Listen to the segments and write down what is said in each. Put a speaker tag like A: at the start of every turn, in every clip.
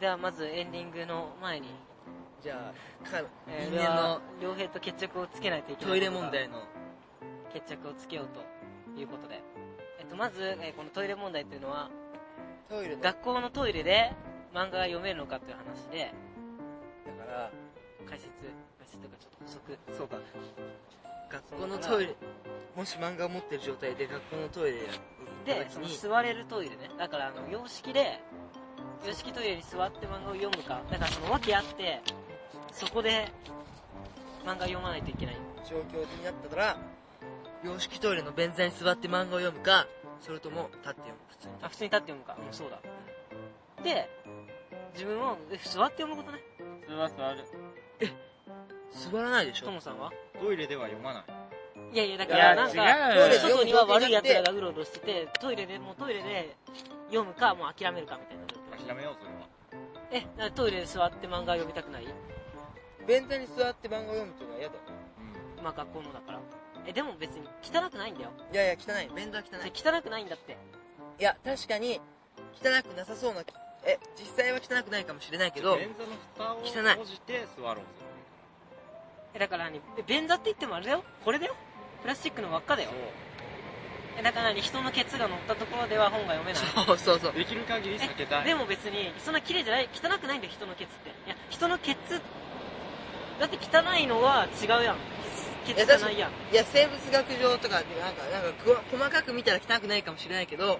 A: ではまずエンディングの前に、
B: じゃあか
A: えー
B: 因縁の
A: 俺は傭兵と決着をつけないといけない
B: トイレ問題の
A: 決着をつけようということで、えっと、まず、えーこのトイレ問題というのは
B: トイレだ
A: 学校のトイレで漫画が読めるのかという話で
B: だから
A: 解説解説というかちょっと補足
B: そうか学校のトイレもし漫画を持ってる状態で学校のトイレ
A: で
B: や
A: その座れるトイレねだからあの洋式で洋式トイレに座って漫画を読むかだからその訳あってそこで漫画読まないといけない
B: 状況になったら洋式トイレの便座に座って漫画を読むかそれとも立って読む普通に
A: あ普通に立って読むかうんそうだで自分をえ座って読むことね
C: それは座る。
B: 座らないでしょ
A: トモさんは
C: トイレでは読まない。
A: いやいやだから
C: い
A: な
C: や
A: んかトイ
C: 違うよ
A: レ外には悪いやつらがうろうろしててトイレでもうトイレで読むかもう諦めるかみたいな
C: 諦めよう、それは。
A: えだからトイレで座って漫画読みたくない
B: 便座に座って漫画を読むっていうのは嫌だよ
A: まあ学校のだからえでも別に汚くないんだよ
B: いやいや汚い便座は汚い
A: それ汚くないんだって
B: いや確かに汚くなさそうなえ実際は汚くないかもしれないけど
C: 便座の蓋を
B: 汚い
C: 閉じて座ろうぜ。
A: えだから何え便座って言ってもあれだよこれだよプラスチックの輪っかだよえだから何人のケツが乗ったところでは本が読めない
B: そうそうそう
C: できる限り避けた
A: え
C: い。
A: でも別にそんな綺麗じゃない汚くないんだよ人のケツっていや人のケツだって汚いのは違うやんケツケツじゃないやん
B: いや生物学上とかなんかなんかくわ細かく見たら汚くないかもしれないけど、
A: ん
B: やっ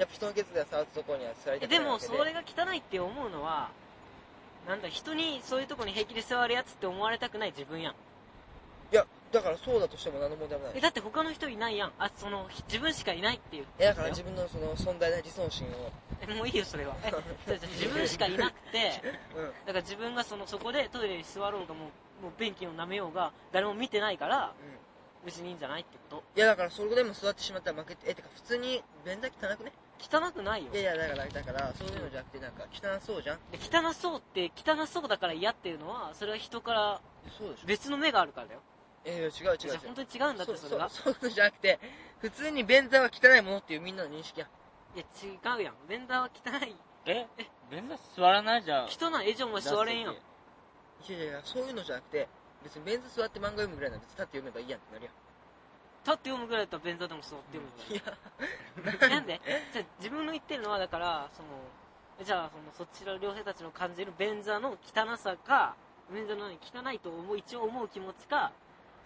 B: ぱ人のケツが触ったところには座り
A: え
B: たくな
A: で
B: いわ
A: も
B: け
A: それが汚いって思うのはなんだ人にそういうとこに平気で座るやつって思われたくない自分やん
B: いやだからそうだとしても何の問題もない
A: えだって他の人いないやんあそのひ自分しかいないって言って
B: えだ
A: るん
B: から自分のその存在な自尊心を
A: えもういいよそ れはえそうそう自分しかいなくて
B: うん
A: だから自分がそのそこでトイレに座ろうがもうもう便器を舐めようが誰も見てないから別にいいんじゃないってこ
B: いやだからそれでも座ってしまったら負けてえてか普通に便座汚くね
A: と汚くないよ
B: いやいやだからだからそういうのじゃなくてなんか汚そうじゃん
A: で汚そうって汚そうだから嫌っていうのはそれは人から
B: そうでしょ
A: 別の目があるからだよ
B: えー、違う違う違
A: じゃ
B: う
A: あ本当に違うんだってそれが
B: そうそうそうじゃなくて普通に便座は汚いものっていうみんなの認識や
A: いや違うやん便座は汚い
C: え便座座らないじゃん
A: 汚いえじゃあお前座れんやん
B: いやいやいやそういうのじゃなくて別に便座座って漫画読むぐらいなら別に立って読めばいいやんってなるやん
A: 立って読むぐらいだったら便座でも座って読むぐ らい
B: いや
A: なんでじゃあ自分の言ってるのはだからそのじゃあそのそちら両兵たちの感じる便座の汚さか便座の何汚いと思う一応思う気持ちか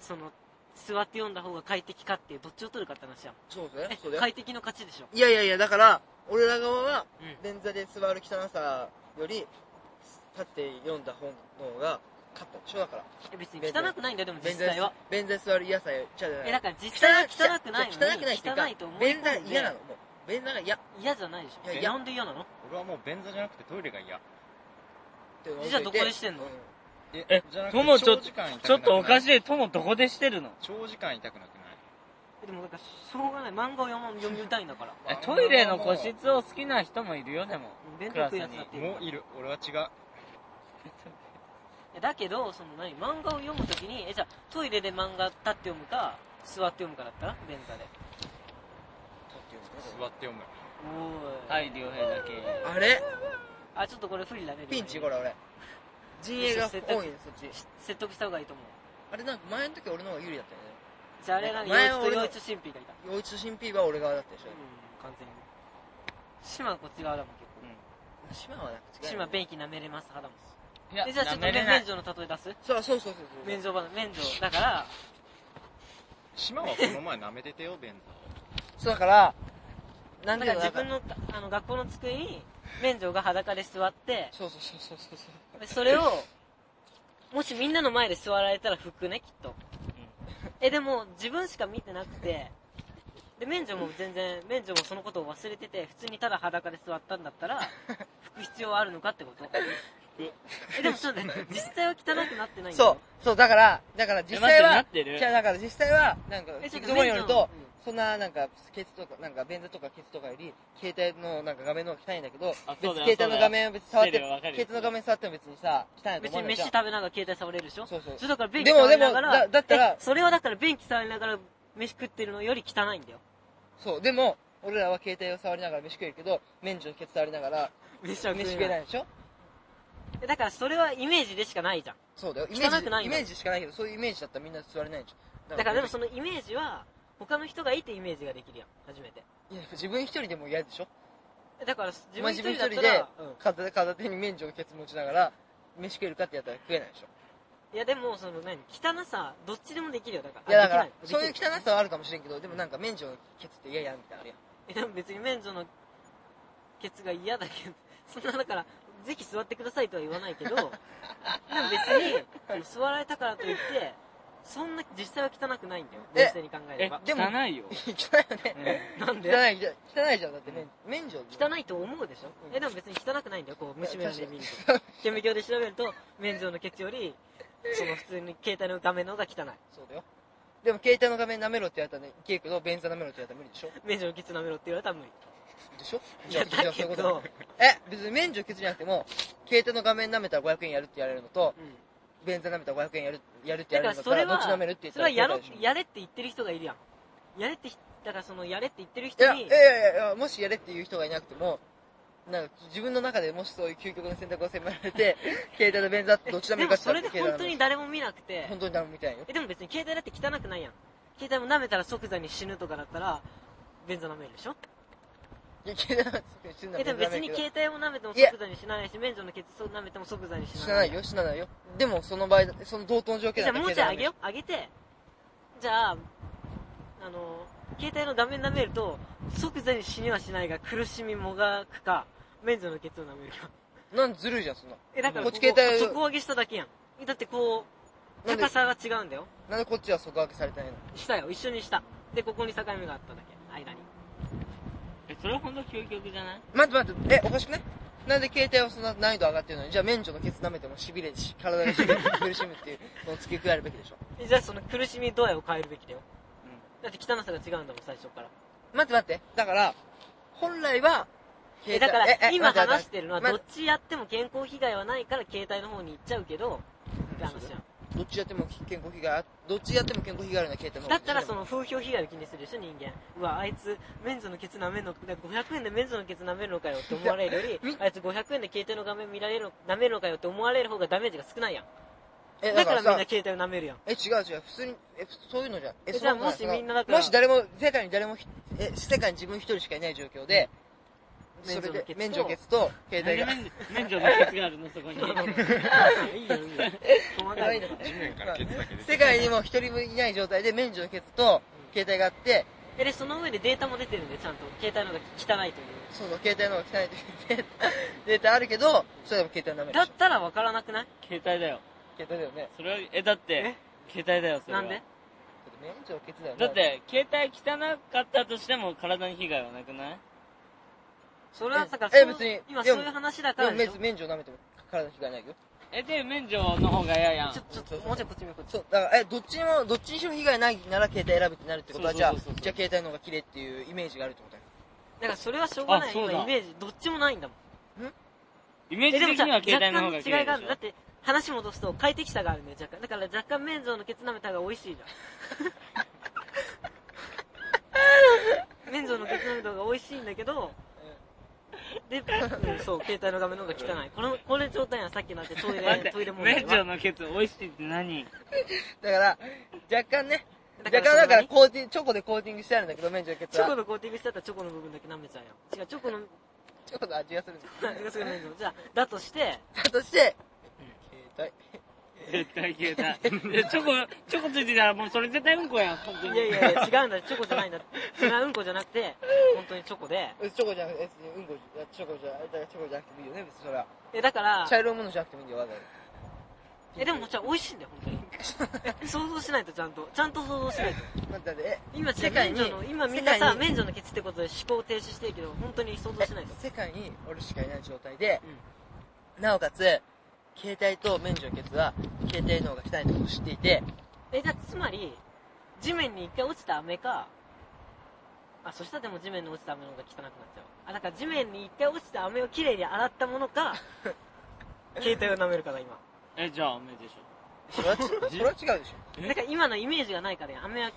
A: その座って読んだ方が快適かっていうどっちを取るかって話やん
B: そうだね
A: え
B: そうだよ
A: 快適の勝ちでしょ
B: いやいやいやだから俺ら側は
A: うん
B: 便座で座る汚さより立って読んだ本の方が勝ったでしょだから
A: え別に
B: 便座
A: 汚くないんだよでも実
B: 便座で
A: 際は
B: 便座で座る嫌さよじゃ
A: え
B: あ
A: だから実際は汚くないの
B: 汚くないっていうか
A: に汚いと思う
B: 便座嫌なのもう便座が嫌っ
A: 嫌じゃないでしょ
B: いや
A: え
B: 嫌
A: なんで嫌なの
C: 俺はもう便座じゃなくてトイレが嫌。
B: て思っといて
A: じゃあどこでしてんの
B: う
D: え
C: じゃなくて
D: トモちょ
C: 長時間痛くなく
D: ちょっとおかし
C: い。
D: い、トモどこでしてるの
C: 長時間痛くなくない
A: えでもだからしょうがない漫画を読ま読みたいんだから
D: えトイレの個室を好きな人もいるよ、でも。
A: 弁
D: ク
A: 当
D: ラ
A: 食
D: ス
A: うやつ
D: に
A: だっ。ている
C: もういる。俺は違う。
A: えだけどその何漫画を読むときにえじゃあトイレで漫画立って読むか座って読むかだったら便座で
C: 座って読む。
A: おーい
D: はい、両平だけ。
B: んあれ
A: あちょっとこれ不利だね
B: ピンチ
A: 両
B: こ
A: 方
B: れ俺陣営が多いねそっち
A: し説得した方がいいと思う
B: あれなんか前の時俺の方が有利だったよね
A: じゃああれ何
B: 前
A: 陽
B: は
A: 一と
B: 俺の
A: 陽一と神秘がいた
B: 陽一と新 P は俺側だったでし
A: う
B: ょ
A: ん完全に島はこっち側だもん結
B: 島はなんか
A: 構
B: 違う
A: 島便器舐めれます派だもん
D: いや
A: えじゃあちょっと
D: 舐めれ
A: 免
D: ない
A: 免除の例え出す
B: そうそうそうそうそう
A: 免除版免除だから
C: 島はこの前舐めててよ、便座を。
B: そうだからな
A: だか
B: んてい
A: ら
B: うの
A: 自
B: なんか
A: 分のあの学校の机に免除が裸で座って
B: そうそうそうそうそうそう
A: でそ れをもしみんなの前で座られたら拭くねきっと、えでも自分しか見てなくてで免除も全然免除もそのことを忘れてて普通にただ裸で座ったんだった ら拭く必要はあるのかってことえでもちょっと待って実際は汚くなってないんだよ
B: そうそうだからだから実際
D: え
B: は
D: 待ってなってる
B: じゃあだから実際はなんか
A: えちょっ
B: 聞く
A: と
B: ところによると
A: 免除
B: そんななんかケツとかなんか便座とかケツとかより携帯のなんか画面の方が汚いんだけど
D: あ
B: 別
D: そ
B: に
D: うだよ
B: 携帯の画面を別に触っ
D: そう
B: て
D: だよわかるよ
B: 携帯の画面触っても別にさ汚いと
A: 別
B: 思
A: に
B: わない
A: 飯
B: じゃん
A: 食べながら携帯触れるでしょ
B: そうそう
A: れだから便器
B: でも
A: 触りながら
B: でもだだったら
A: えそれはだから便器触りながら飯食ってるのより汚いんだよ
B: そうでも俺らは携帯を触りながら飯食えるけど免除のケツ触りながら
A: 飯
B: 飯食えないでしょ
A: えだからそれはイメージでしかないじゃん
B: そうだよイメー
A: 汚く
B: ジ
A: ない
B: イ
A: よ
B: メージしかないけどそういうイメージだったらみんな座れないじゃん
A: だからでもそ
B: の
A: のイメージは他の人がいてイメージができるやん初めて
B: いや自分一人でも嫌でしょ
A: えだから
B: お
A: 自分
B: 前
A: 一
B: 自
A: 人
B: 分
A: だ
B: 一人
A: った
B: で
A: ら、うん
B: 片片手に免除をケツ持ちながら飯食えるかってやったら食えないでしょ
A: いやでもその何汚さどっちでもできるよだから
B: いやだから
A: あでき
B: そう
A: ない
B: いう
A: できる
B: 汚さはあるかもしれんけどでもなんか免除のケツって嫌やみたいなのあるやん
A: えでも別に免除のケツが嫌だけど そんなだからぜひ座ってくださいとは言わない けどでも別にその座られたからといってそんな実際は汚くないんだよ
B: え
A: 冷静に考えれ
D: え
A: ば、
B: でも
D: 汚いよ。
B: 汚いよね、
A: なんで
B: 汚いじゃ汚いじゃんだって免免除
A: 汚いと思うでしょ、
B: うん
A: えでも別に汚くないんだよこう虫眼鏡で見る
B: 確かに
A: と顕微鏡で調べると免除のケツよりその普通に携帯の画面の方が汚い
B: そうだよでも携帯の画面舐めろってやったらねいけるけど便座舐めろってやったら無理でしょ
A: 免除のケツ舐めろって言われたら無理
B: でしょ
A: いや
B: じゃあ
A: だ
B: じ
A: け
B: ゃあそういうこと
A: ど、
B: え別に免除ケツじゃなくても携帯の画面舐めたら500円やるってやれるのと
A: うん、
B: 便座舐めたら500円やるやるって
A: だから
B: やれるの
A: それ
B: どっ
A: は
B: ち舐めるって言っ
A: そ
B: た
A: れ
B: ら
A: はやろ
B: 携帯でしょ
A: やれって言ってる人がいるやんやれってひだからそのやれって言ってる
B: い
A: 人
B: や、い
A: に
B: やいやいや、もしやれっていう人がいなくても、なんか自分の中でもしそういう究極の選択を迫ら れて、携帯の便座ってどっちでもい
A: でも
B: いかって
A: そ
B: 言
A: れで
B: ったら携
A: 本
B: 帯
A: 当
B: の
A: に誰も見なくて
B: 本当に誰も見てないよ。
A: えでも別に携帯だって汚くないやん携帯も舐めたら即座に死ぬとかだったら便座舐めるでしょ
B: いや、携帯なんて死んだ
A: えでも別に携帯を舐めても即座に死なないし免除のケツを舐めても即座に死
B: 死
A: な
B: な
A: な
B: ないいよ、死なないよ。でもその場合、その同等の条
A: じ
B: 件
A: ゃ
B: だ
A: あ
B: っ
A: も
B: たら
A: うちょいあ
B: 携帯舐める
A: げようあげてじゃああの携帯の画面舐めると即座に死にはしないが苦しみもがくか免除のケツを舐めるか
B: なんずるいじゃん、そんな。
A: えだから
B: こっち携帯
A: 底上げしただけやんだってこう
B: なんで
A: 高さが違うんだよ
B: なんでこっちは底上げされてないの
A: したよ一緒にしたでここに境目があっただけ間に
D: え、それほんと究極じゃない
B: 待って待って、え、おかしくないなんで携帯はそんな難易度上がってるのに、じゃあ免除のケツ舐めても痺れし、体が痺れて苦しむっていうのを付け加えるべきでしょ。
A: えじゃあその苦しみ度合いを変えるべきだよだって汚さが違うんだもん最初から
B: 待って待って。だから、本来は、
A: えだから今
B: 待って
A: 話してるのは
B: 待
A: ど
B: っ
A: っちやっても健康被害はないから携帯の方に行っちゃうけどって話じゃん
B: どっちやっても健康被害あ、どっちやっても健康被害あるような携帯の方が
A: だったらその風評被害を気にするでしょ人間うわあいつメンズのケツ舐めんのだから500円でメンズのケツ舐めるのかよって思われるよりあいつ500円で携帯の画面見られるの舐めるのかよって思われる方がダメージが少ないやん
B: え、
A: だからみんな
B: さ
A: 携帯を舐めるやん
B: え、違う違う、普通に、え、そういうのじゃん。え、
A: え
B: そういうの
A: じゃあ
B: じ
A: もし
B: ゃ
A: みんなだから
B: もし誰も、世界に誰もひ、え、世界に自分一人しかいない状況で、それで、
A: 免
B: 免
A: 除
B: 除
A: の
B: を
A: ケ
B: 消すと、携帯が。
D: なんで免除のケツがあるの、そこに。
A: いいよいいよ細か
B: 怖
A: い
B: い
A: ね
B: の
C: 地面か らケツだけ出て
B: 世界にも一人もいない状態で免除のケツと、携帯があって、
A: えでその上でデータも出てるんでちゃんと携帯の方が汚いという
B: そうそう、携帯の方が汚いというデ ータデータあるけど、それでも携帯舐める
A: だ
B: で
A: っ
B: しょ。
A: たら分からなくない
D: 携帯だよ。
B: 携帯だよね。
D: それは、え、だって、携帯だよ、それ
A: な
D: は。
A: んで
B: 免除のケツだよね。
D: だっ、て、携帯汚かったとしても体に被害はなくない
A: それはだから
B: え
A: そう
B: 別に
A: 今
B: で
A: そ
B: も
A: ういう話だか
B: で
A: ら
B: も
A: でしょ
B: 免免除舐めても体の被害ないよ。
D: え、で、免除の方が嫌やん。
A: ちょちょっともうちょいこっち見ようこっち
B: そう、だから、え、どっちにも、どっちにしろ被害ないなら携帯選ぶってなるってことは、
D: そう
B: じゃ
D: そう
B: あ、
D: そう
B: じゃ
D: そう
B: あ携帯の方が綺麗っていうイメージがあるってことだよ。
A: だからそれはしょうがな
D: あ
A: い
D: そう
A: 今
D: だ
A: イメージどっちもないんだもん
D: イメージ的には携帯の方が
A: 若
D: 綺
A: 干の違
D: 麗
A: いがあ
D: で
A: る
D: し
A: だ
D: ょ
A: って話戻すと快適さがあるんだよ若干だから若干免除のケツ舐めた方が美味しいじゃん免除のケツ舐めた方が美味しいんだけどで、うんそう携帯の画面の方が汚いこのこれ状態やんさっきのあってトイ
D: 待って
A: レトイレ問題
D: 免除
A: は
D: のケツ美味しいっ て何
B: だから、若干ね、
A: だ
B: 若
A: そ
B: 干
A: の
B: だから
A: 何
B: コーティング、チョコでコーティングしてあるんだけど、免除のケツ
A: チョコ
B: は。
A: のコーティングしてあったらチョコの部分だけ舐めちゃうやん違うチョコの
B: チョコの味がするんだ
A: なんかすごい免除じゃあだとして
B: だとして、携
D: 絶対消えた。でチョコ、チョコついてたらもうそれ絶対うんこやん、本当
A: い
D: に。
A: やいやいや違うんだチョコじゃないんだそれはうんこじゃなくて本当にチョコで
B: 帯。チョコじゃなくて、別にうんこじゃ、チョコじゃ、だからチョコじゃなくてもいいよね、別にそれは。
A: えだから
B: 茶色いものじゃなくてもいいんだよ、わざわ
A: えでもじゃあ美味しいんだよ本当にえ想像しないとちゃんとちゃんと想像しないと
B: ざ。 待って待って、
A: 今
B: 世界に
A: 免除の今みんな
B: 世界
A: さ
B: に
A: 免除のケツってことで思考停止してるけど本当に想像しないと
B: え世界に俺しかいない状態で、なおかつ、携帯と免除のケツは、携帯の方が汚いってことを知っていて、
A: えじゃあつまり地面に一回落ちた飴かあそしたらでも地面に落ちた飴の方が汚くなっちゃうあだから地面に一回落ちた飴をきれいに洗ったものか 携帯を舐めるかだ今
D: え、じゃあ、おめでしょ。
B: それ はちそれは違うでしょ。
D: え
A: だから今のイメージがないからや飴は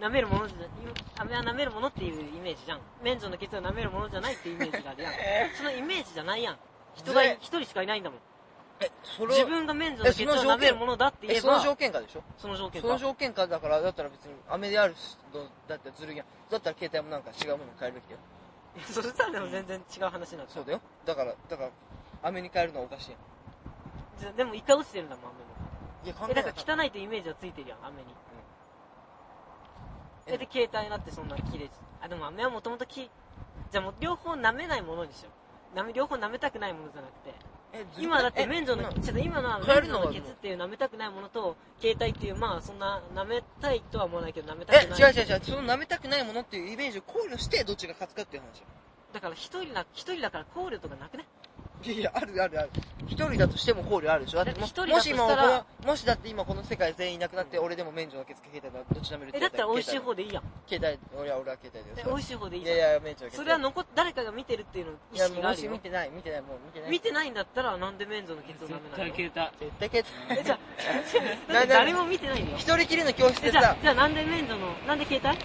A: 舐めるものじゃ飴は舐めるものっていうイメージじゃん免除のケツ は舐めるものじゃないっていうイメージがあるやんそのイメージじゃないやん人が
B: ずれ
A: 一人しかいないんだもん
B: え、それ
A: 自分が免除のケツを舐めるものだって言
B: え、
A: え
B: その
A: ば、
B: 条件下でしょ
A: その条件
B: そ
A: か。
B: の条件下だから、だったら別に、飴である人だったらずるいやん。だったら携帯もなんか違うものに変えるべきだよ。
A: そしたらでも全然違う話になっちゃ
B: そうだよ。だから、だから、飴に変えるのはおかしいやん。
A: う。でも一回落ちてるんだもん、雨
B: いや、関
A: も。え、
B: 係な
A: だ
B: い。
A: から汚いというイメージはついてるやん、雨に。
B: え
A: え、で、携帯だってそんな綺麗じゃんあ、でも飴はもともとき、じゃあもう両方舐めないものにしよう。舐め、両方舐めたくないものじゃなくて。
B: えずるくない
A: 今だって
B: え
A: 免除の、
B: な
A: ちょっと今のは
B: 変
A: 免
B: える
A: 除
B: のは
A: のケツっていう舐めたくないものと、携帯っていう、まあそんな舐めたいとは思わないけど舐めた
B: え
A: くない。
B: 違う違う違うその舐めたくないものっていうイメージを考慮してどっちが勝つかっていう話よ
A: だから一人だ、一人だから考慮とかなくね
B: いやいやあるあるある一人だとしても考慮あるでしょだっても
A: だって一人だ
B: も
A: と
B: し
A: し
B: 今
A: たら
B: このもしだって今この世界全員いなくなって俺でも免除の受付携帯だどっち舐める
A: え、だったら美味しい方でいいやん。
B: 携帯俺は俺は携帯
A: え
B: で、
A: 美味しい方でいい
B: い
A: じゃん。
B: やいや免除の受付
A: それは残っ、誰かが見てるっていうの
B: い
A: 意
B: や
A: 識
B: も
A: があ
B: う
A: る
B: し
A: よ
B: 見。てない見てないもう見てない
A: 見てないんだったら、なんで免除のケツを舐
D: 絶
A: めない
D: 対
A: の
D: 消えた。
B: 絶対携帯
A: え、じゃ あ、だって誰も見てないんだよ。
B: 一人きりの教室
A: え、
B: で
A: じゃあ
B: さ、
A: じゃあなんで免除の、なんで携帯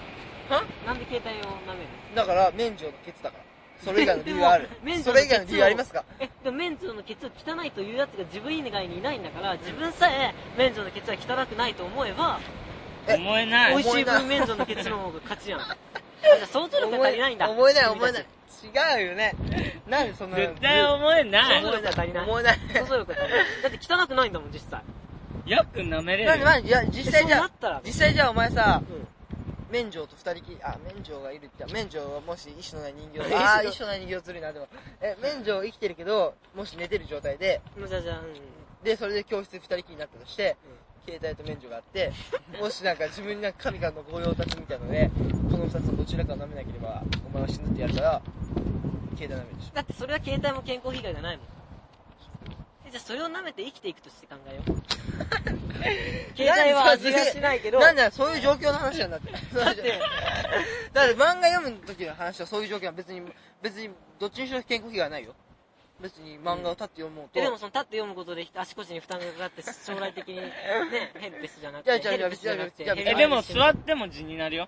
A: なんで携帯を舐める
B: だから免除のケツだからそれ以外の理由はある
A: でも 免除
B: そ
A: のケ
B: れ
A: ツを
B: 以外の理由ありますか
A: え、でも免除のケツを汚いというやつが自分以外にいないんだから、自分さえ免除のケツは汚くないと思えば、
B: え
D: 思えな
A: 美
D: い。
B: おい
A: 味しい分免除のケツの方が勝ちやん。あじゃあ相当力が足りないんだ。
B: 思えない思えない。違うよねなんでそんな
D: 絶対思えない。
A: そう
B: 思えな
A: 思
B: い
A: えない
B: 思えない
A: 想像力が足りない。だって汚くないんだもん、実際。
D: ヤックン舐めれる
B: なんで、まあ、いや、実際じ
A: そう
B: ゃ
A: なった
B: あ
A: ら、
B: 実際じゃあお前さ、
A: うん
B: 免除と二人きり、あ、免除がいるって、免除はもし意志のない人形、
A: 意志の
B: あー、意志のない人形ずるいな、でも。え、免除生きてるけど、もし寝てる状態で、
A: もうじゃあじゃあ、うん。
B: で、それで教室二人きりになったとして、携帯と免除があって、 もしなんか自分になんか神からの御用達みたいなので、この二つのどちらかを舐めなければ、お前は死ぬってやるから、携帯舐めるでし
A: だってそれは携帯も健康被害がないもん。えじゃあそれを舐めて生きていくとして考えよう。 携帯は味がしないけ
B: ょ。
A: ど、
B: なんだよ、そういう状況の話な んだって。
A: だって、
B: だって漫画読む時の話はそういう条件は別に、別にどっちにしろ健康被害はないよ。別に漫画を立って読もうと。
A: えでもその立って読むことで足腰に負担がかかって将来的にね、ヘルペスじゃなく
B: いや
A: て、
B: いや
A: ヘルペスじゃなくて、
B: いやいや
A: ヘ
D: え、
A: ル
D: で
A: ペ
D: も
A: ス
D: 座っても地になるよ。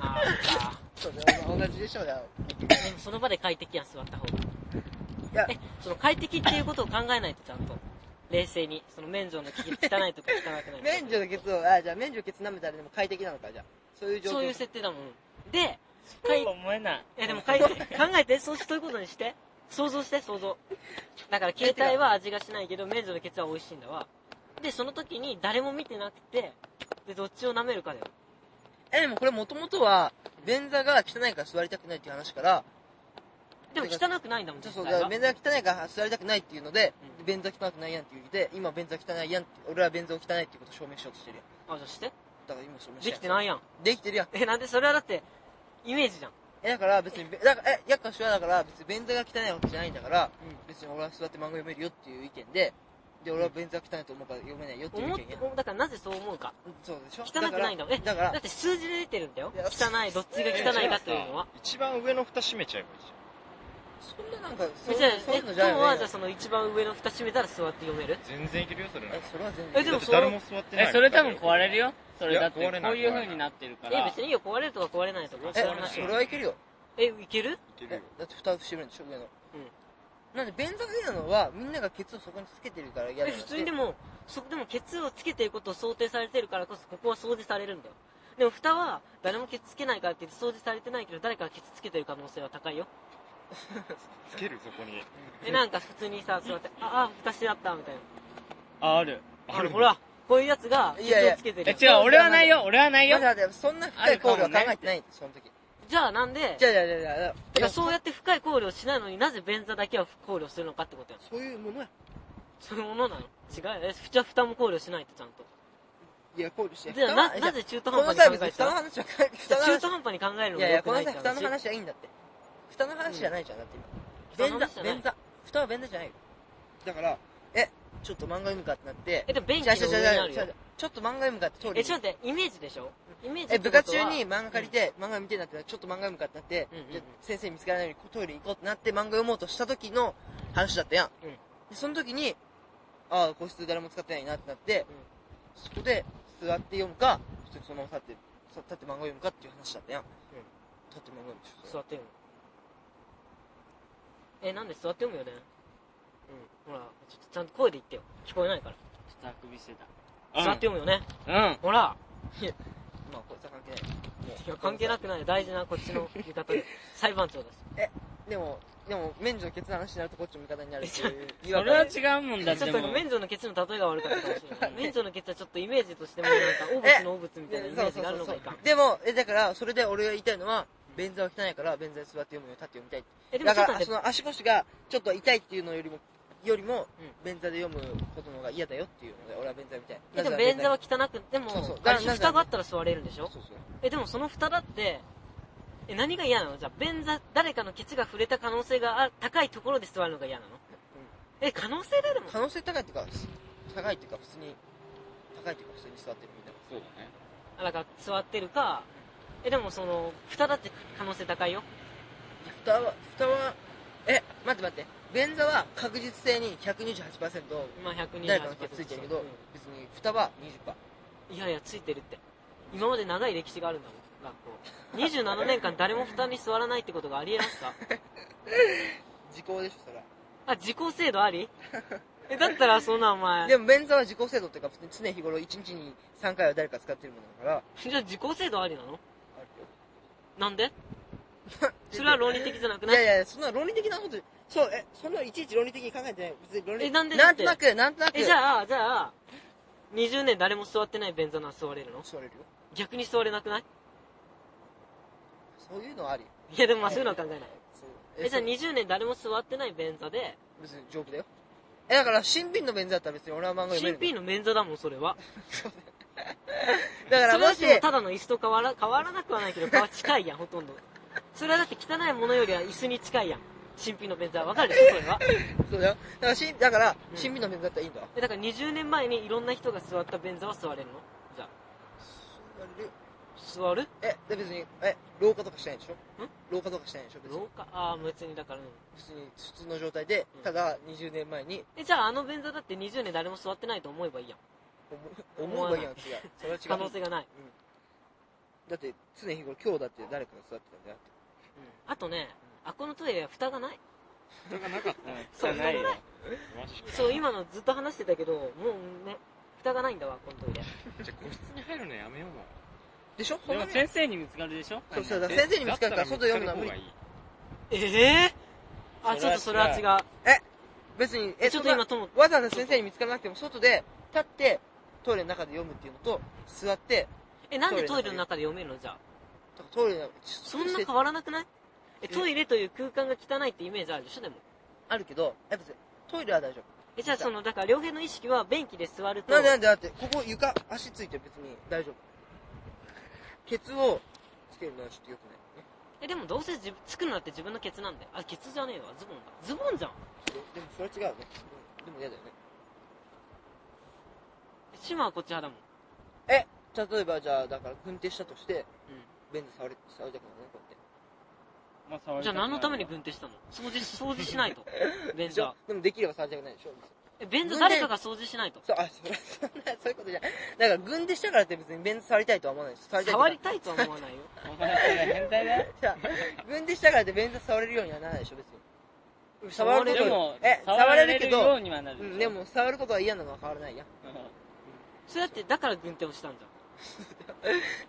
A: あーそっか
B: そうだよ同じでしょうだよ。
A: でもその場で快適やん、座った方が。
B: いや、
A: え、その快適っていうことを考えないとちゃんと。冷静に。その免除の利き汚いとか汚くない。
B: 免除のケツを、あ、じゃあ免除ケツ舐めたらでも快適なのか、じゃあ。そういう状況。
A: そういう設定だもん。で、快
D: 思えない。
A: え、でも快 適、考えて、そうし、そういうことにして。想像して、想像。だから携帯は味がしないけど、免除のケツは美味しいんだわ。で、その時に誰も見てなくて、で、どっちを舐めるかだよ。
B: え、でもこれもともとは、便座が汚いから座りたくないっていう話から、
A: でも汚くないんだもん、
B: じゃ
A: 実際
B: あそうだから
A: は。
B: 便座が汚いから座りたくないっていうので、
A: うん
B: 便座汚くないやんって言うて、今便座汚いやんって、俺は便座を汚いっていうことを証明しようとしてるやん。
A: あ、じゃあして。
B: だから今証明して
A: できてないいやん。
B: できてるやん。
A: え、なんで、それはだって、イメージじゃん。
B: え、だから別に、べだから、え、やっかしはだから別に便座が汚いわけじゃないんだから、
A: うん
B: 別に俺は座って漫画読めるよっていう意見で、で、俺は便座汚いと思うから読めないよっていう意
A: 思っ
B: 見
A: て
B: や。、
A: だからなぜそう思うか。
B: そうでしょ
A: 汚くないんだもん。え、
B: だから
A: だっ、て数字で出てるんだよ
B: いや。
A: 汚い、どっちが汚いかっていうのは。
C: 一番上の蓋閉めちゃえばいいじゃん
B: そんななんか、そ
A: え
B: う
A: じゃあ、
B: そう
A: え
B: い
A: 今
B: うの
A: 日
B: じゃない
A: は、じゃあその一番上の蓋閉めたら座って読める
C: 全然いけるよそれなら
B: え、それは全
A: え
B: 然。
A: で
C: だ
A: も
C: って誰も座ってない
D: え、それ多分壊れるよ。それだって、
C: いや壊れない
D: こういう風になってるか
A: え、
D: ら。
A: 別にいいよ、壊れるとか壊れないとか、
B: え
A: そんな、
B: それはいけるよ。
A: え、いける
C: いける
B: え
C: よ、
B: だって蓋閉めるんでしょ、上の。
A: うん
B: なんで、便座が嫌なのは、みんながケツをそこにつけてるから嫌
A: え、
B: だよ
A: 普通にでも、そこでもケツをつけてることを想定されてるからこそ、ここは掃除されるんだよ。でも蓋は、誰もケツつけないからって言って掃除されてないけど、誰かがケツつけてる可能性は高いよ。
C: つけるそこに
A: え、なんか普通にさ、座って、あ、あ、蓋してあった、みたいな。
D: あ、ある。
A: あの、ほら、こういうやつが、ケ
B: いやい
A: ツ
B: や
A: をつけてる
D: え、
A: やん。
D: 違う、俺はないよ、俺はないよ
B: だ。から、そんな深い考慮は考えてないんだよその時。
A: じゃあなんで、
B: じゃあじゃあじゃあじゃあ
A: てかそうやって深い考慮をしないのになぜ便座だけは考慮するのかってことやん
B: そういうものや。
A: そういうものなの違うよえじゃあ蓋も考慮しないとちゃんと
B: いや、考慮して。
A: じゃあななぜ中途
B: こ
A: 半
B: の
A: 端
B: 際
A: に
B: 別
A: 考
B: に
A: えた
B: 蓋の
A: ら
B: 話は考え、
A: じ
B: 蓋
A: ゃ
B: の
A: あ
B: 話
A: 中途半端に考えるの
B: い
A: が
B: やいや、
A: 良
B: こ
A: く
B: の
A: ないっ
B: 際
A: て
B: 蓋の
A: 話
B: 話はいいんだって。蓋の話じゃないじゃん、だって
A: 蓋の
B: 今。便
A: 話じ
B: 座、
A: ゃない
B: 便座。蓋は便座じゃないよ。だから、え、ちょっと漫画読むかってなって
A: え、でも便器
B: じゃあ
A: の
B: じゃあじ
A: 上
B: ゃあ
A: に
B: じゃあ
A: なる
B: じ
A: よ
B: ゃあちょっと漫画読むかって通り
A: え
B: に
A: ちょっと待ってイメージでしょイメージ
B: え
A: って
B: 部
A: こと
B: 活中
A: は
B: に漫画借りて、漫画見てなってちょっと漫画読むかってなって、
A: うんうんうん
B: じゃあ先生見つからないようにトイレ行こうってなって漫画読もうとした時の話だったやん、
A: うん
B: でその時にああ個室誰も使ってないなってなって、
A: うん
B: そこで座って読むか普通にそのまま立って立って漫画読むかっていう話だったやん、立って漫画読むでしょそれ
A: 座って読むえなんで座って読むよねほら、ちょっとちゃんと声で言ってよ。聞こえないから。
D: っとあくびしてた。
A: 座って読むよね。
D: うん。
A: ほら、
B: まあこいつは関係ない
A: いや関係なくない。大事なこっちの味方 で。裁判長だし。
B: でもでも免除の決断しになるとこっちも味方になるっていう言
D: そ
B: わ
D: れは違うもんだっ
A: ちょ
D: て
A: っと
D: もう。
A: 免除のケツの例えが悪かったかもしれない。免除のケツはちょっとイメージとしてもなんか、汚物の汚物みたいなイメ
B: そう
A: ージ
B: そう
A: がある
B: そう
A: の
B: そ
A: がいうかん。
B: でもえだからそれで俺が言いたいのは便座は汚いから便座に座って読むよ立って読みたいって
A: え、でも
B: だ
A: ちょ
B: か
A: っと
B: ら
A: 待って、
B: その足腰がちょっと痛いっていうのよりもよりも
A: うん
B: 便座で読むことの方が嫌だよっていうので俺は便座みたい
A: えでも便座は汚く、でも
B: そうそう、だ
A: あ
B: から
A: れ
B: なんか
A: 蓋があったら座れるんでし
B: そう
A: ょ
B: そう
A: え、でもその蓋だって、え、何が嫌なのじゃあ、便座、誰かのケツが触れた可能性があ高いところで座るのが嫌なのえ、可能性だよ、でも。
B: 可能性高いっていうか高いっていうか普通に高いっていうか普通に座ってるみんな
C: そうだね。
A: あなんか座ってるか、え、でもその、蓋だって可能性高いよ。
B: 蓋は蓋はえ待って待って便座は確実性に128%
A: まあ128%
B: 誰かの毛ついてるけど、別に蓋は
A: うんいやいや、ついてるって。今まで長い歴史があるんだもん、学校。27年間誰も蓋に座らないってことがありえますか
B: 20%時効でしょそれは
A: あ、時効制度ありえ、だったらそんなお前。
B: でも便座は時効制度っていうか普通に常日頃1日に3回は誰か使ってるものだから
A: じゃあ時効制度ありなの
B: あるよ
A: なん でそれは論理的じゃなく
B: い
A: ない
B: やいや、そんな論理的なこと、そう、え、そんないちいち論理的に考えてない。別に論理
A: えなんで
B: なんとなく、なんとなく。
A: え、じゃあ、じゃあ、20年誰も座ってない便座なら座れるの
B: 座れるよ。
A: 逆に座れなくない
B: そういうのはあり。
A: いや、でもまあそういうのは考えない。
B: そう
A: え、じゃあ
B: そう
A: 20年誰も座ってない便座で、
B: 別に丈夫だよ。え、だから、新品の便座だったら別に俺は漫画読め
A: 新
B: る。
A: 品の便座だもん、それは。
B: だから、
A: それは
B: も
A: でも
B: した
A: だの椅子と変わら変わらなくはないけど、顔近いやん、ほとんど。それはだって汚いものよりは椅子に近いやん。新品の便座はわかるでしょ、それは。
B: そうだよ。だから、新、だから、
A: うん
B: 新品の便座だったらいいんだ。
A: え、だから20年前にいろんな人が座った便座は座れるのじゃ
B: 座れるよ
A: あ、座る
B: え、で別に、え、廊下とかしてないでしょ
A: ん
B: 廊下とかしてないでしょ別に
A: 廊。下ああ、別にだから、うん。
B: 普通に、普通の状態で
A: うん、
B: ただ、20年前に、
A: え、じゃああの便座だって20年誰も座ってないと思えばいいやん。
B: 思う思うばいいやん、違う。それは違う。
A: 可能性がない。
B: だって、常日頃、今日だって誰かが座ってたんだよ。
A: あとね、あこのトイレは蓋がない。
C: 人がなかったね。
A: そう、蓋がない。
C: マジか
A: そう、今のずっと話してたけど、もうね、蓋がないんだわ、このトイレ。
C: じゃあ個室に入るのやめようもん。
B: でしょそ
D: で
B: んなの
D: も先生に見つかるでしょ
B: そうそうだから先生に見つかるから
C: だ
B: 外読むのは無理
C: 見つかる方
A: ええあ、ちょっとそ
D: そ
A: れ
D: れ
A: は
D: は
A: 違
D: 違う
A: う。
B: 別に、え、
A: ち
B: ち
A: ょ
B: ょ
A: っと
B: っと
A: 今
B: 今、
A: とも、
B: わざわざ先生に見つからなくても、外で立って、トイレの中で読むっていうのと、座って、
A: え、なんでトイレの中で読めるのじゃあ。
B: だからトイレの、
A: そんな変わらなくないえ、トイレという空間が汚いってイメージあるでしょ、でも。
B: あるけど、え、別に、トイレは大丈
A: え、じゃあその、だから、両辺の意識は便器で座ると。
B: 夫。なんでなんでだって、ここ床、足ついて別に大丈夫。ケツをつけるのはちょっと良くない。
A: え、でもどうせ自分、作るのだって自分のケツなんだよ。あ、ケツじゃねえわ、ズボンだ。ズボンじゃん。
B: でもそれは違うよね。でも嫌だよね。
A: シマはこっち派だもん。
B: 例えばじゃあ、だから、軍手したとして、
A: うん
B: 便座触れ、触りたくないね、こうやっ
D: まあ触り
A: じゃ
D: た
A: あ
D: くない
A: 何のために軍手したの掃除、掃除しないと。便
B: て。でし
A: 座
B: ょ。でもできれば触りたくないでしょ
A: え、便座
B: 軍手
A: 誰かが掃除しないと。
B: そう、あ、それ、そんな、そういうことじゃない。だから、軍手したからって別に便座触りたいとは思わないし、触りたいと
A: 触
B: か
A: りたいとは思わ ないよ。
D: お前それ変態だよ。
B: じゃあ軍手したからって便座触れるようにはならないでしょ、別に。触る
A: で
B: こ
D: で
B: と
D: も、
B: え、触
D: 触
B: れ
D: れ
B: る
D: る
B: け
D: よ
B: ど
D: う、にはなる
B: う
D: でしょ
B: ん、で、も触ることは嫌なのは変わらないや。
D: う
A: それだって、だから軍手をしたんじゃん。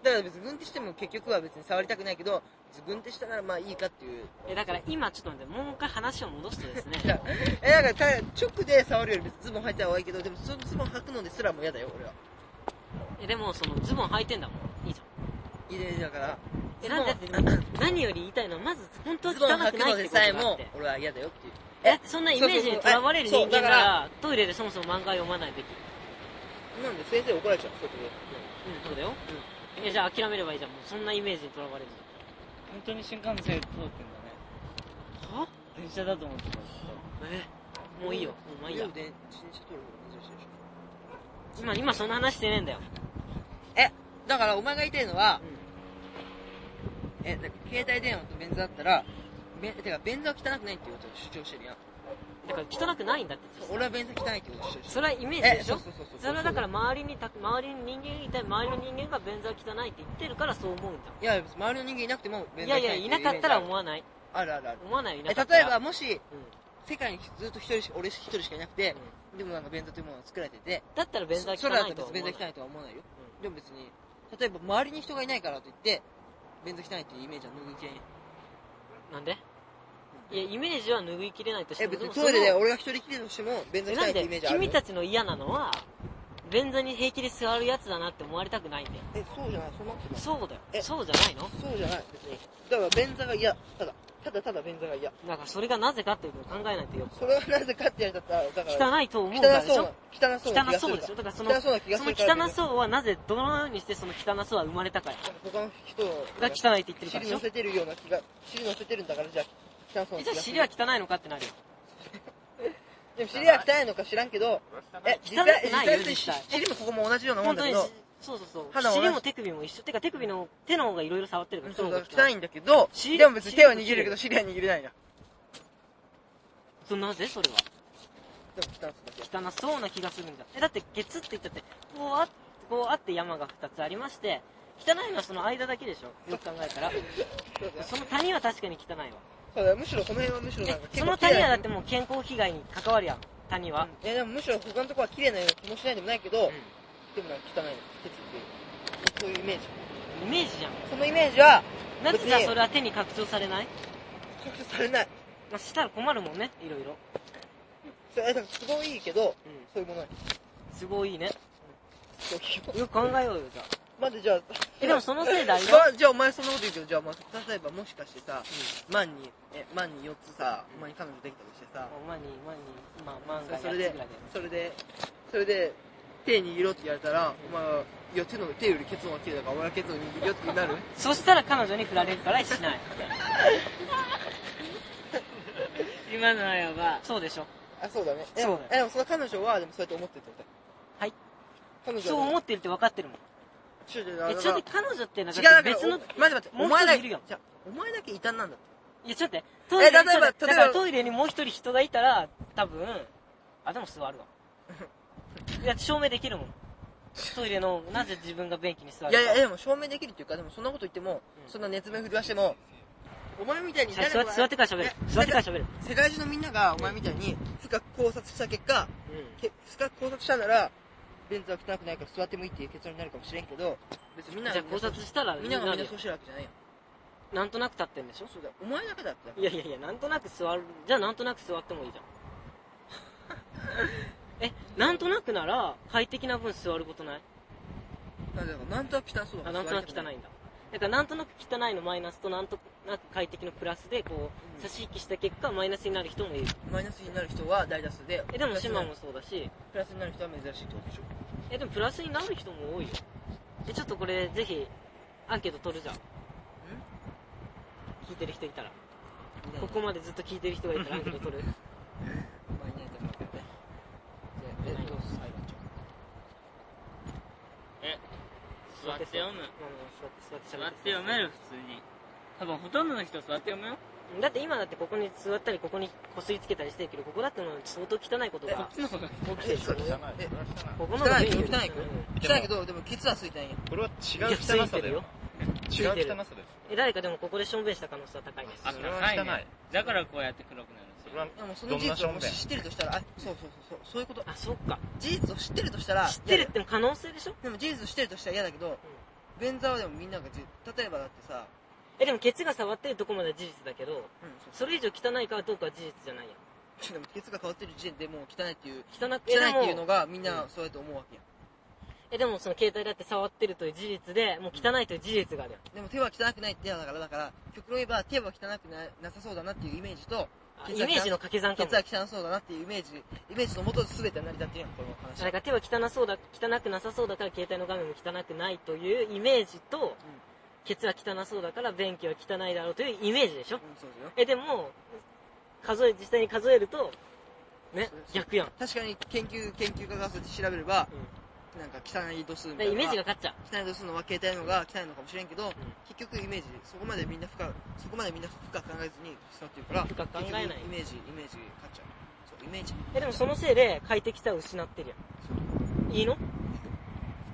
B: だから別に軍手しても結局は別に触りたくないけど、軍手したならまあいいかっていう。
A: え、だから今ちょっと待って、もう一回話を戻すとですね。
B: じゃあえ、だから彼、直で触るより別にズボン履いた方がいいけど、でもそのズボン履くのですらも嫌だよ、俺は。
A: え、でもそのズボン履いてんだもん。いいじゃん。
B: いいね、だから、
A: え、
B: ズ
A: なん
B: ボ
A: でだって何より言いたいのは、まず本当は
B: ン、ズボン
A: 汚く
B: 履く
A: ない
B: の
A: って
B: で
A: ことだ
B: さえ
A: っ
B: も
A: て。、
B: 俺は嫌だよっていう。
A: え、そんなイメージにとらわれる人間な
B: そうそうそう
A: ら、トイレでそもそも漫画読まないべき。
B: なんで先生怒られちゃう、外で。
A: うん、そうだよ。え、じゃあ諦めればいいじゃん。もうそんなイメージにとらわれる
D: ん本当に新幹線通ってんだね。
A: の。は
D: 電車だと思ってた。
A: え、もういいよ。もうまあいいや
B: で。電車取るの珍しいでしょ。
A: 今、今そんな話してねえんだよ。
B: だからお前が言いたいのは、
A: う
B: え、だから携帯電話と便座だったら、べてか便座は汚くないっていうことを主張してるやん。
A: ん。だから汚くないんだって。実際
B: 俺は便座汚いってことを主張して
A: そ
B: る。
A: れはイメージでしょ
B: そうそうそうそう。
A: それはだから周りにた、周りに人間がいたい、周りの人間が便座汚いって言ってるからそう思うんだ。
B: いや、別に周りの人間いなくても
A: い
B: 便座
A: や
B: 汚
A: いや、
B: ってう
A: いなかったら
B: イメージ
A: 思わない。
B: あるあるある。
A: 思わないよ、い
B: え、
A: なかった
B: 例え
A: ら。
B: ばもし、
A: うん
B: 世界にずっと一人し俺一人しかいなくて、でもなんか便座というものが作られてて、
A: だったら便座汚い
B: そ
A: と
B: 空
A: は
B: だと
A: 思
B: 別
A: わ
B: に
A: ない
B: 便座汚いとは思わないよ。でも別に、例えば周りに人がいないからといって、便座汚いっていうイメージは拭いきれんよ
A: なんでいやイメージは拭いきれないとして
B: え、
A: も
B: 別
A: で
B: に
A: もそ
B: トイレで
A: の
B: 俺が一人きりとしても、便座
A: え
B: 汚
A: ないん
B: ってイメー
A: で
B: ジある
A: 君たちの嫌なのは便座に平気で座るやつだなって思われたくないんだよ
B: え、そうじゃない、そんなことない。
A: そうだよ
B: え
A: そうじゃないの
B: そうじゃない、別に。だから便座が嫌。ただ、ただただ便座が嫌。
A: だからそれがなぜかっていうのを考えないとよ
B: それはなぜかってやったら、だから、
A: 汚いと思うから
B: 汚
A: でし
B: そう
A: ょ
B: な、汚そうな気
A: 汚
B: がす
A: そう
B: る
A: で
B: か
A: しょだからその
B: ら。汚そうな気が
A: そ
B: す
A: の
B: るから。
A: 汚そうはなぜどのようにしてその汚そうは生まれたかよ
B: 他の人を
A: が汚いって言ってるから
B: 尻
A: でし
B: 乗
A: ょ
B: せてるような気が尻乗せてるんだからじゃあ汚そう
A: え
B: な
A: じゃあ
B: 気がする
A: 尻は汚いのかってなるよ
B: でも尻は汚いのか知らんけどえ
A: 汚くないよ
B: 実
A: 実
B: 際
A: 際
B: 尻もここも同じようなも
A: 本
B: んだ
A: 当
B: け
A: に
B: ど
A: そうそうそう
B: 肌は同じ
A: 尻も手首も一緒てか手首の手の方がいろいろ触ってるから
B: そう
A: の
B: だ
A: 方
B: 汚
A: が
B: いんだけど
A: 尻
B: でも別に手は握れるけど尻は握れないな
A: そうなぜそれは
B: でも汚そうだけ
A: 汚そうな気がするんだえだってゲツって言ったってこうあこうあって山が2つありまして汚いのはその間だけでしょよく考えたら
B: そうだよ
A: その谷は確かに汚いわ
B: そうだよむしろこの辺はむしろなん
A: え
B: か
A: そ
B: 結構
A: の
B: 綺麗
A: 谷
B: な
A: はだってもう健康被害に関わるやん谷は、
B: うんいやでもむしろ他のとこは綺麗なような気もしないでもないけど
A: う
B: でもなんか汚いのケツっていうそういうイメージ
A: んイメージじゃん
B: そのイメージは
A: なぜ
B: 別
A: か
B: に
A: それは手に拡張されない、
B: 拡張されない
A: まあ、したら困るもんねいろいろ
B: それだからすごいいいけど
A: う
B: そういうものな
A: ん
B: ん
A: すごいね
B: ですよ
A: よく考えようよじゃあ
B: まずじゃあ
A: えでもそのせいだよ
B: まあじゃあお前そんなこと言うけどじゃあ、まあ、例えばもしかしてさ、万にえ万に4つさお前に彼女できたとしてさ、
A: マニーマニーまあ万が
B: そ
A: 八つ
B: れ
A: ぐらい
B: で
A: で
B: それでそれで手握ろうって言われたら、お前はいや手の手よりケツの方が綺麗だからお前はケツを握るよってなる
A: そしたら彼女に振られるからし ない
D: 今のはやば
A: そうでしょ
B: あそうだねでも
A: そうだよ
B: えでもその彼女はでもそうやって思ってるってこと
A: はい
B: 彼女
A: そう思
B: は
A: ってるって分かってるもん
B: ちょちょ
A: えちょっと彼女ってなん
B: 違
A: か
B: うだから
A: 別の
B: お待って待って
A: もう一人
B: お前だ
A: い
B: け
A: る
B: じゃ
A: よ
B: あお前だけ異端なんだ
A: いやちょっと待ってトイレに
B: え例えば
A: ちょっと待って
B: 例え
A: だ
B: ば
A: からトイレにもう一人人がいたら多分あでも座 るわいや証明できるもんトイレのなぜ自分が便器に座るか
B: いやいやでも証明できるっていうかでもそんなこと言って
A: う
B: も、
A: ん
B: そんな熱弁振りはしてもお前みたいに
A: はい座
B: 誰
A: っ
B: も
A: て座ってから喋る
B: ね
A: 座ってから喋る
B: 世界中のみんながお前みたいに深く考察した結果け深く考察したならベンツは汚くないから座ってもいいっていう結論になるかもしれんけど別にみんな
A: じゃ
B: が
A: あ考察したら
B: みんながみん
A: る
B: な
A: よ
B: そうしてるわけじゃないよ
A: なんとなく立ってんでしょ
B: そうだよお前だけだって
A: いやいやいやなんとなく座るじゃあなんとなく座ってもいい じゃんえなんとなくなら快適な分座ることない
B: なんだよなんとなく汚そうだ
A: あ
B: か
A: な
B: ら
A: んとなく
B: 座
A: 汚いん
B: りた
A: だだからなんとなく汚いのマイナスとなんとなく快適のプラスでこ
B: うん
A: う差し引きした結果マイナスになる人もいる
B: マイナスになる人は大多数で
A: えでも
B: プラスに
A: 島
B: なる
A: もそうだし
B: プラスになる人は珍しいってことでしょ
A: えでもプラスになる人も多いよえちょっとこれぜひアンケート取るじゃん聞いてる人いたらここまでずっと聞いてる人がいたらアンケート取る
B: まあいないと思うけどねじゃあえっと裁判長
D: え座って読む
A: まあまあ座って座
D: 座
A: って喋くださ
D: って
A: い
D: 読める普通に多分ほとんどの人座って読むよ
A: だって今だってここに座ったりここにこすりつけたりしてるけどここだってもう相当汚いこと
D: こ
A: が
D: っちの方が
A: 起きてる
B: えそう
C: 汚い。それは
A: ここの
B: 汚
A: が
B: いけど
A: 便利
B: 汚いけど汚いけどでもケツはついてないよ
C: 汚い。これは
A: や
C: 違う汚さだよ。
A: つい
C: 違
A: てる
C: う
A: よ
C: 汚さです。
A: え誰かでもここでしょんべんした可能性は高いです
D: あ
C: それは
D: 高い
C: 汚い
D: ねだからこうやって黒くなるんです
C: それ
D: よ
C: は
B: でもその事実をもし知ってるとしたらあそうそうそうそうそういうこと
A: あそっか
B: 事実を知ってるとしたら
A: 知ってるっても可能性でしょ
B: でも事実を知ってるとしたら嫌だけど、便座はでもみんながじ例えばだってさ、
A: えでもケツが触ってるとこまでは事実だけど
B: うん、そう
A: それ以上汚いかどうかは事実じゃないやん
B: ちょでもケツが変わってる時点でもう汚いっていう
A: 汚く
B: 汚い
A: え
B: ってい
A: で
B: うの
A: も
B: がみんなそうやって思うわけや、
A: えでもその携帯だって触ってるという事実でもう汚いという事実があるやん
B: ん、でも手は汚くないってやだからだから極論言えば手は汚くななさそうだなっていうイメージと
A: あ
B: ケツは
A: イメージの掛け算か
B: ケ
A: も
B: ツは汚そうだなっていうイメージイメージのもとで全て成り立ってるやんこの話
A: なんか手は汚そうだ汚くなさそうだから携帯の画面も汚くないというイメージと、ケツは汚そうだから便器は汚いだろうというイメージでしょ、
B: うんそうですよ
A: えでも数え実際に数えるとね
B: そうです
A: 逆やん、
B: 確かに研究研究家がそうやって調べればなんか汚い度数み
A: だ
B: た
A: からイ
B: いなのが
A: メージが勝っちゃう
B: 汚い度数のは携帯の方が汚いのかもしれんけど、結局イメージそこまでみんな深くそこまでみんな深く考えずに座ってるから
A: 深く考えない
B: 結局イメージイメージ勝っちゃうそうイメージ
A: えでもそのせいで快適さを失ってるやんいいの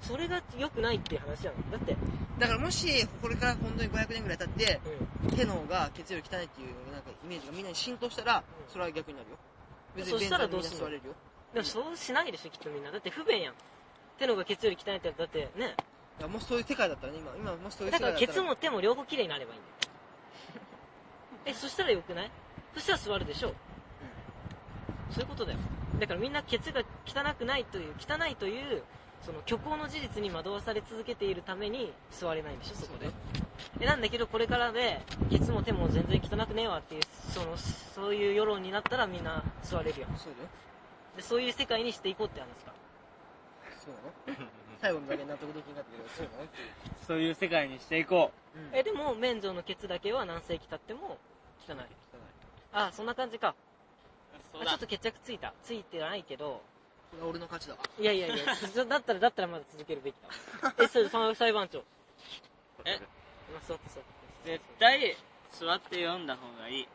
A: それが良くないっていう話やんだって
B: だからもし、これから本当に500年ぐらい経って、
A: うん
B: 手の方が血より汚いっていうなんかイメージがみんなに浸透したら、それは逆になるよ。別に
A: そしたらどう
B: 便
A: すん
B: 座
A: の
B: にみんな座
A: で
B: れるよ。
A: もそうしないでしょきっとみんなだって不便やん手の方が血より汚いってやつだってね
B: いや、もしそういう世界だったらね、今、今、もしそういう
A: だ
B: 世
A: から
B: 界だったら。
A: ケツも手も両方きれいになればいいんだよえそしたらよくないそしたら座るでしょ、そういうことだよだからみんなケツが汚くないという汚いというその虚構の事実に惑わされ続けているために座れないんでしょそこでえなんだけどこれからでケツも手も全然汚くねえわっていうそのそういう世論になったらみんな座れるよ
B: そうだよ。
A: でそういう世界にしていこうって話か
B: そうなの 最後のだけ納得できなかったけど、そうなのっていう。
D: そういう世界にしていこ
B: うん
A: えでも免除のケツだけは何世紀経っても汚いあそんな感じか
D: う。
A: あちょっと決着ついたついてないけど
B: これは俺の勝ちだわ。
A: いやいやいや そだったらだったらまだ続けるべきだ わえそれさ裁判長
D: え
A: まあそうそう
D: 絶対座って読んだ方がいい。